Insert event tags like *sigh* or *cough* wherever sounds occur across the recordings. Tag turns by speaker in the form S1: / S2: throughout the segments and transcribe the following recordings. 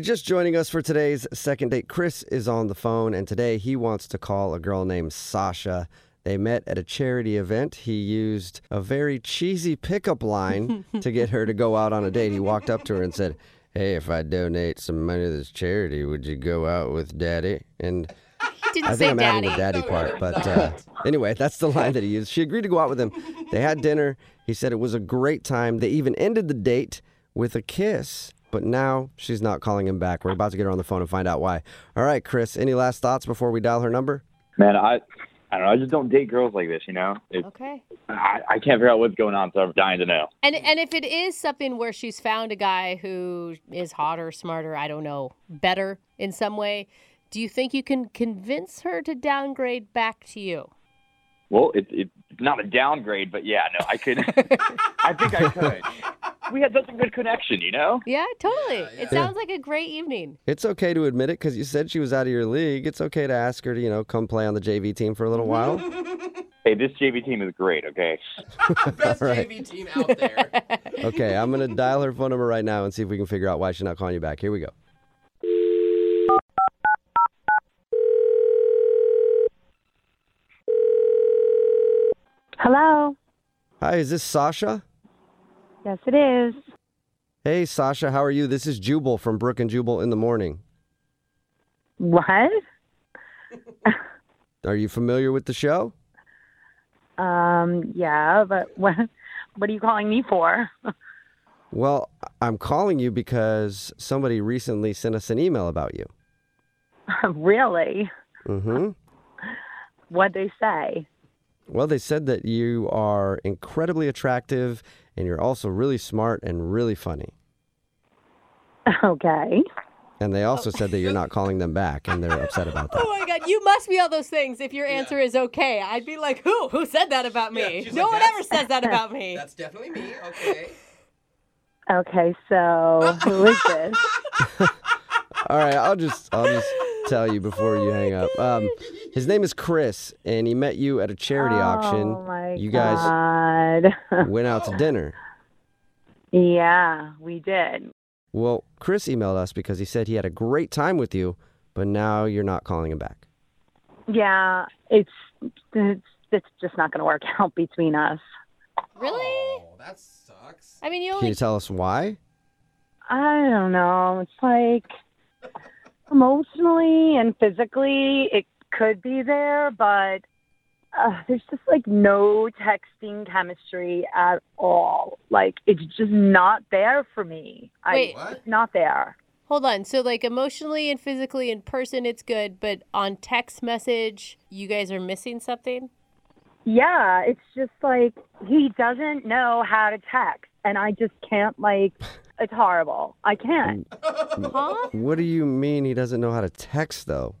S1: Just joining us for today's second date, Chris is on the phone, and today he wants to call a girl named Sasha. They met at a charity event. He used a very cheesy pickup line to get her to go out on a date. He walked up to her and said, Hey, if I donate some money to this charity, would you go out with daddy? And
S2: didn't
S1: I
S2: say
S1: think I'm
S2: daddy.
S1: adding the daddy part, but uh, anyway, that's the line that he used. She agreed to go out with him. They had dinner. He said it was a great time. They even ended the date with a kiss. But now she's not calling him back. We're about to get her on the phone and find out why. All right, Chris. Any last thoughts before we dial her number?
S3: Man, I I don't know. I just don't date girls like this, you know? It,
S2: Okay.
S3: I, I can't figure out what's going on, so I'm dying to know.
S2: And and if it is something where she's found a guy who is hotter, smarter, I don't know, better in some way, do you think you can convince her to downgrade back to you?
S3: Well, it, it's not a downgrade, but yeah, no, I could. *laughs* I think I could. We had such a good connection, you know?
S2: Yeah, totally. It sounds like a great evening.
S1: It's okay to admit it because you said she was out of your league. It's okay to ask her to, you know, come play on the JV team for a little while.
S3: Hey, this JV team is great, okay?
S4: Best
S1: right.
S4: JV team out there.
S1: Okay, I'm going to dial her phone number right now and see if we can figure out why she's not calling you back. Here we go.
S5: Hello.
S1: Hi, is this Sasha?
S5: Yes, it is.
S1: Hey, Sasha, how are you? This is Jubal from Brook and Jubal in the Morning.
S5: What?
S1: Are you familiar with the show?
S5: Um, yeah, but what? What are you calling me for? *laughs*
S1: Well, I'm calling you because somebody recently sent us an email about you.
S5: really?
S1: hmm
S5: What they say?
S1: Well, they said that you are incredibly attractive and you're also really smart and really funny.
S5: Okay.
S1: And they also
S5: Oh.
S1: said that you're not calling them back and they're upset about that.
S5: *laughs*
S2: Oh my god, you must be all those things if your answer is okay. I'd be like, who? Who said that about me?
S4: she's
S2: no
S4: like,
S2: one
S4: "That's-
S2: ever says that about me.
S4: *laughs* That's definitely me. Okay.
S5: Okay. So who
S1: *laughs*
S5: is this?
S1: All right, I'll just I'll just tell you before you hang up. Um, his name is Chris and he met you at a charity auction.
S5: Oh my
S1: you guys
S5: God. *laughs*
S1: went out to dinner.
S5: yeah, we did.
S1: Well, Chris emailed us because he said he had a great time with you, but now you're not calling him back.
S5: Yeah, it's it's, it's just not going to work *laughs* out between us.
S2: Really?
S4: Oh, that sucks. *laughs*
S2: I mean, you
S1: Can you
S2: only
S1: tell us why?
S5: I don't know. It's like emotionally and physically, it could be there, but uh, there's just like no texting chemistry at all. Like it's just not there for me.
S2: Wait.
S5: I,
S4: What?
S5: it's not there.
S2: hold on. So like emotionally and physically in person, it's good, but on text message, you guys are missing something.
S5: Yeah, it's just like he doesn't know how to text, and I just can't. Like it's horrible. I can't.
S2: Huh?
S1: What do you mean he doesn't know how to text though?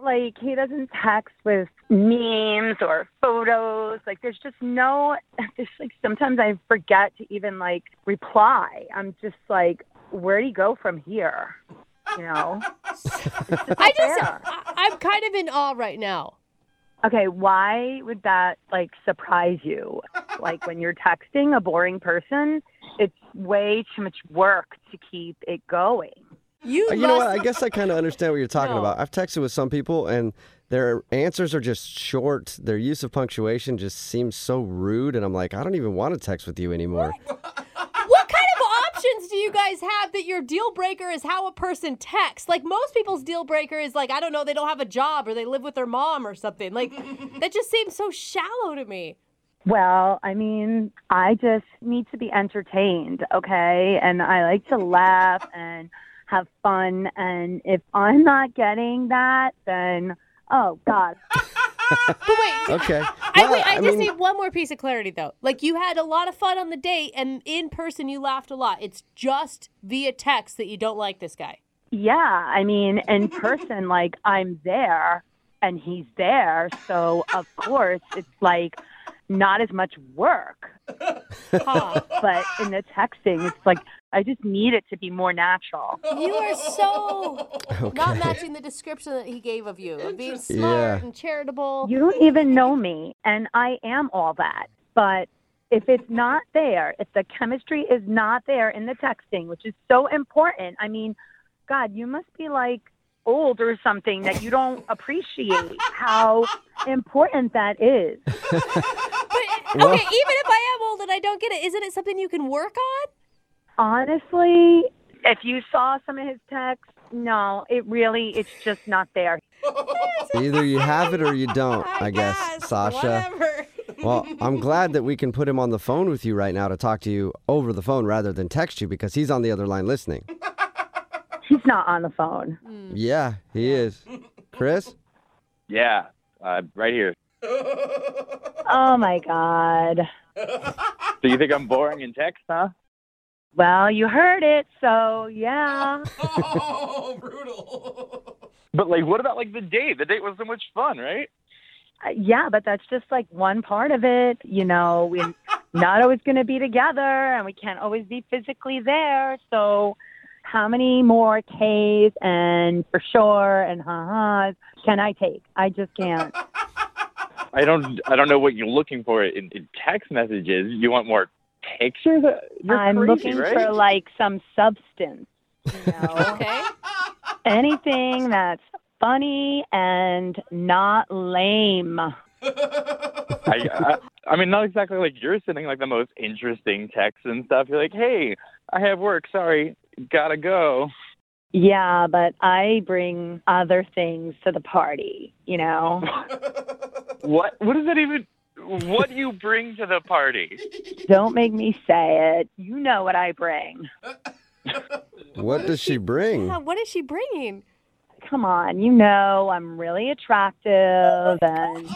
S5: Like he doesn't text with memes or photos. Like there's just no *laughs* there's like sometimes I forget to even like reply. I'm just like, where do you go from here? You know?
S2: I just,
S5: Fair.
S2: I, I'm kind of in awe right now.
S5: Okay, why would that like surprise you? Like when you're texting a boring person, it's way too much work to keep it going.
S2: You,
S1: Uh, You
S2: must,
S1: know what? I guess I kind of understand what you're talking
S2: No.
S1: about. I've texted with some people and their answers are just short. Their use of punctuation just seems so rude and I'm like, I don't even want to text with you anymore.
S2: What kind of options do you guys have that your deal breaker is how a person texts? Like most people's deal breaker is like I don't know, they don't have a job or they live with their mom or
S1: *laughs*
S2: something. Like that just seems so shallow to me.
S5: Well, I mean, I just need to be entertained, okay? And I like to laugh and have fun. And if I'm not getting that, then oh, God.
S2: But wait,
S1: Okay.
S2: I,
S1: Well,
S2: wait, I,
S1: I mean-
S2: just need one more piece of clarity though. Like you had a lot of fun on the date and in person you laughed a lot. It's just via text that you don't like this guy.
S5: Yeah, I mean, in person, like I'm there and he's there, so of course it's like not as much work.
S1: *laughs*
S2: Huh.
S5: But in the texting, it's like I just need it to be more natural.
S2: You are
S1: *laughs*
S2: so not
S1: Okay.
S2: matching the description that he gave of you of being
S1: Interesting.
S2: smart
S1: Yeah.
S2: and charitable.
S5: You don't even know me, and I am all that. But if it's not there, if the chemistry is not there in the texting, which is so important, I mean, God, you must be like old or something that you don't appreciate how important that is.
S2: But,
S1: Well-
S2: okay, even if I am old and I don't get it, isn't it something you can work on?
S5: Honestly, if you saw some of his texts, no, it really, it's just not there.
S1: Either you have it or you don't, I, guess, Sasha.
S2: Whatever.
S1: Well, I'm glad that we can put him on the phone with you right now to talk to you over the phone rather than text you because he's on the other line listening.
S5: He's not on the phone.
S1: Yeah, he is. Chris?
S3: Yeah, uh, right here.
S5: Oh my God.
S3: So you think I'm boring in text, huh?
S5: Well, you heard it, so yeah.
S4: Oh, brutal. *laughs*
S3: But like, what about like the date? The date was so much fun, right?
S5: Uh, yeah, but that's just like one part of it. You know,
S3: *laughs*
S5: we're not always going to be together and we can't always be physically there. So, how many more K's and for sure and ha ha's can I take? I just can't.
S3: I don't, I don't know what you're looking for in, in text messages. You want more pictures? *laughs* You're
S5: I'm
S3: crazy,
S5: looking
S3: right?
S5: for like some substance,
S3: *laughs*
S5: you know,
S2: Okay.
S5: anything that's funny and not lame.
S3: I, I, I mean, not exactly like you're sending like the most interesting texts and stuff. You're like, hey, I have work. Sorry, gotta go.
S5: Yeah, but I bring other things to the party, you know.
S3: What? What does that even? What do you bring to the party?
S5: Don't make me say it. You know what I bring.
S1: What does she
S2: *laughs*
S1: bring?
S2: Yeah, what is she bringing?
S5: Come on, you know I'm really attractive and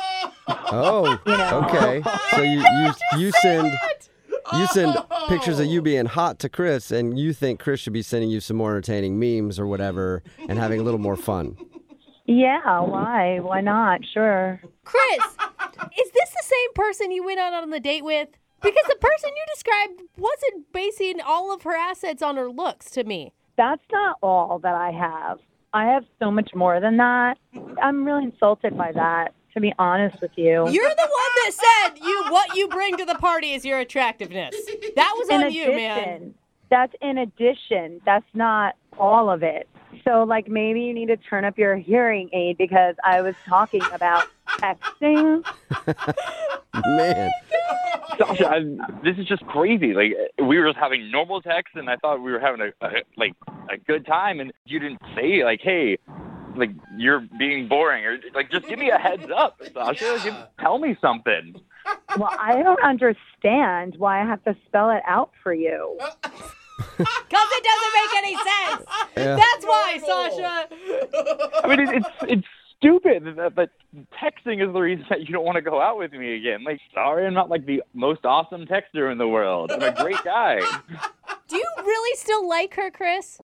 S1: Oh, okay. So you you, you send you send pictures of you being hot to Chris, and you think Chris should be sending you some more entertaining memes or whatever, and having a little more fun.
S5: yeah, why? Why not? Sure.
S2: *laughs* Chris, is this the same person you went out on the date with? Because the person you described wasn't basing all of her assets on her looks to me.
S5: That's not all that I have. I have so much more than that. I'm really insulted by that, to be honest with you.
S2: You're the one that said you what you bring to the party is your attractiveness. That was on you, man.
S5: That's in addition. That's not all of it. So, like, maybe you need to turn up your hearing aid because I was talking about texting.
S1: Man,
S3: Sasha, I, this is just crazy. Like we were just having normal text, and I thought we were having a, a like a good time, and you didn't say like, hey, like you're being boring, or like just give me a heads up, Sasha. Give, tell me something.
S5: Well, I don't understand why I have to spell it out for you.
S2: Because it doesn't make any sense.
S1: Yeah.
S2: That's why,
S4: Normal.
S2: Sasha.
S3: I mean, it, it's it's stupid that, that texting is the reason that you don't want to go out with me again. Like, sorry, I'm not like the most awesome texter in the world. I'm a great guy.
S2: Do you really still like her, Chris?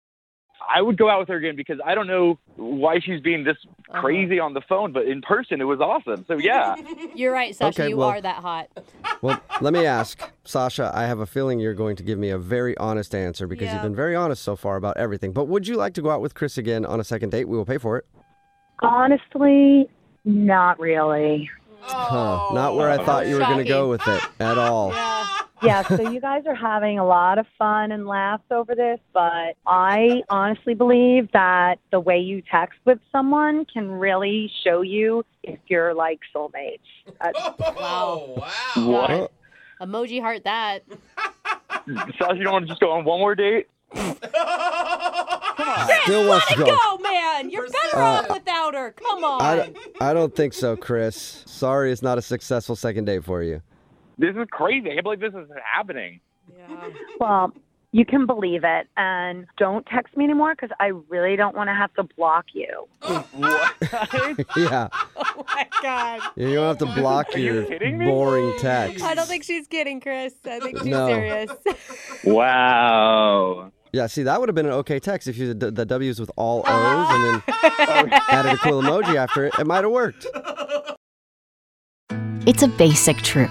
S3: I would go out with her again because I don't know why she's being this crazy on the phone, but in person it was awesome. So yeah,
S2: You're right, Sasha.
S1: Okay,
S2: you
S1: well-
S2: are that hot.
S1: well, let me ask, Sasha. I have a feeling you're going to give me a very honest answer because
S2: Yeah.
S1: you've been very honest so far about everything. But would you like to go out with Chris again on a second date? We will pay for it.
S5: Honestly, not really.
S1: Huh. Not where I thought you were going to go with it at all.
S5: Yeah, so you guys are having a lot of fun and laughs over this, but I honestly believe that the way you text with someone can really show you if you're like soulmates. That's
S4: *laughs* Oh,
S2: *laughs*
S4: wow.
S3: what?
S2: Emoji heart that.
S3: Sasha, you don't want to just go on one more date?
S1: Still wants to go.
S2: Go, man. You're better off without her. Come on.
S1: I, don't- I don't think so, Chris. Sorry, it's not a successful second date for you. *laughs*
S3: This is crazy. I can't believe this is happening.
S2: Oh
S5: Well, you can believe it. And don't text me anymore because I really don't want to have to block you.
S3: What?
S1: yeah,
S2: oh my God.
S1: you don't have to block
S3: Are you
S1: your
S3: kidding me?
S1: boring text.
S2: *laughs* I don't think she's kidding, Chris. I think she's
S1: No.
S2: serious.
S3: wow.
S1: Yeah, see, that would have been an okay text if you did the, the W's with all O's and then added a cool emoji after it. It might have worked.
S6: It's a basic truth.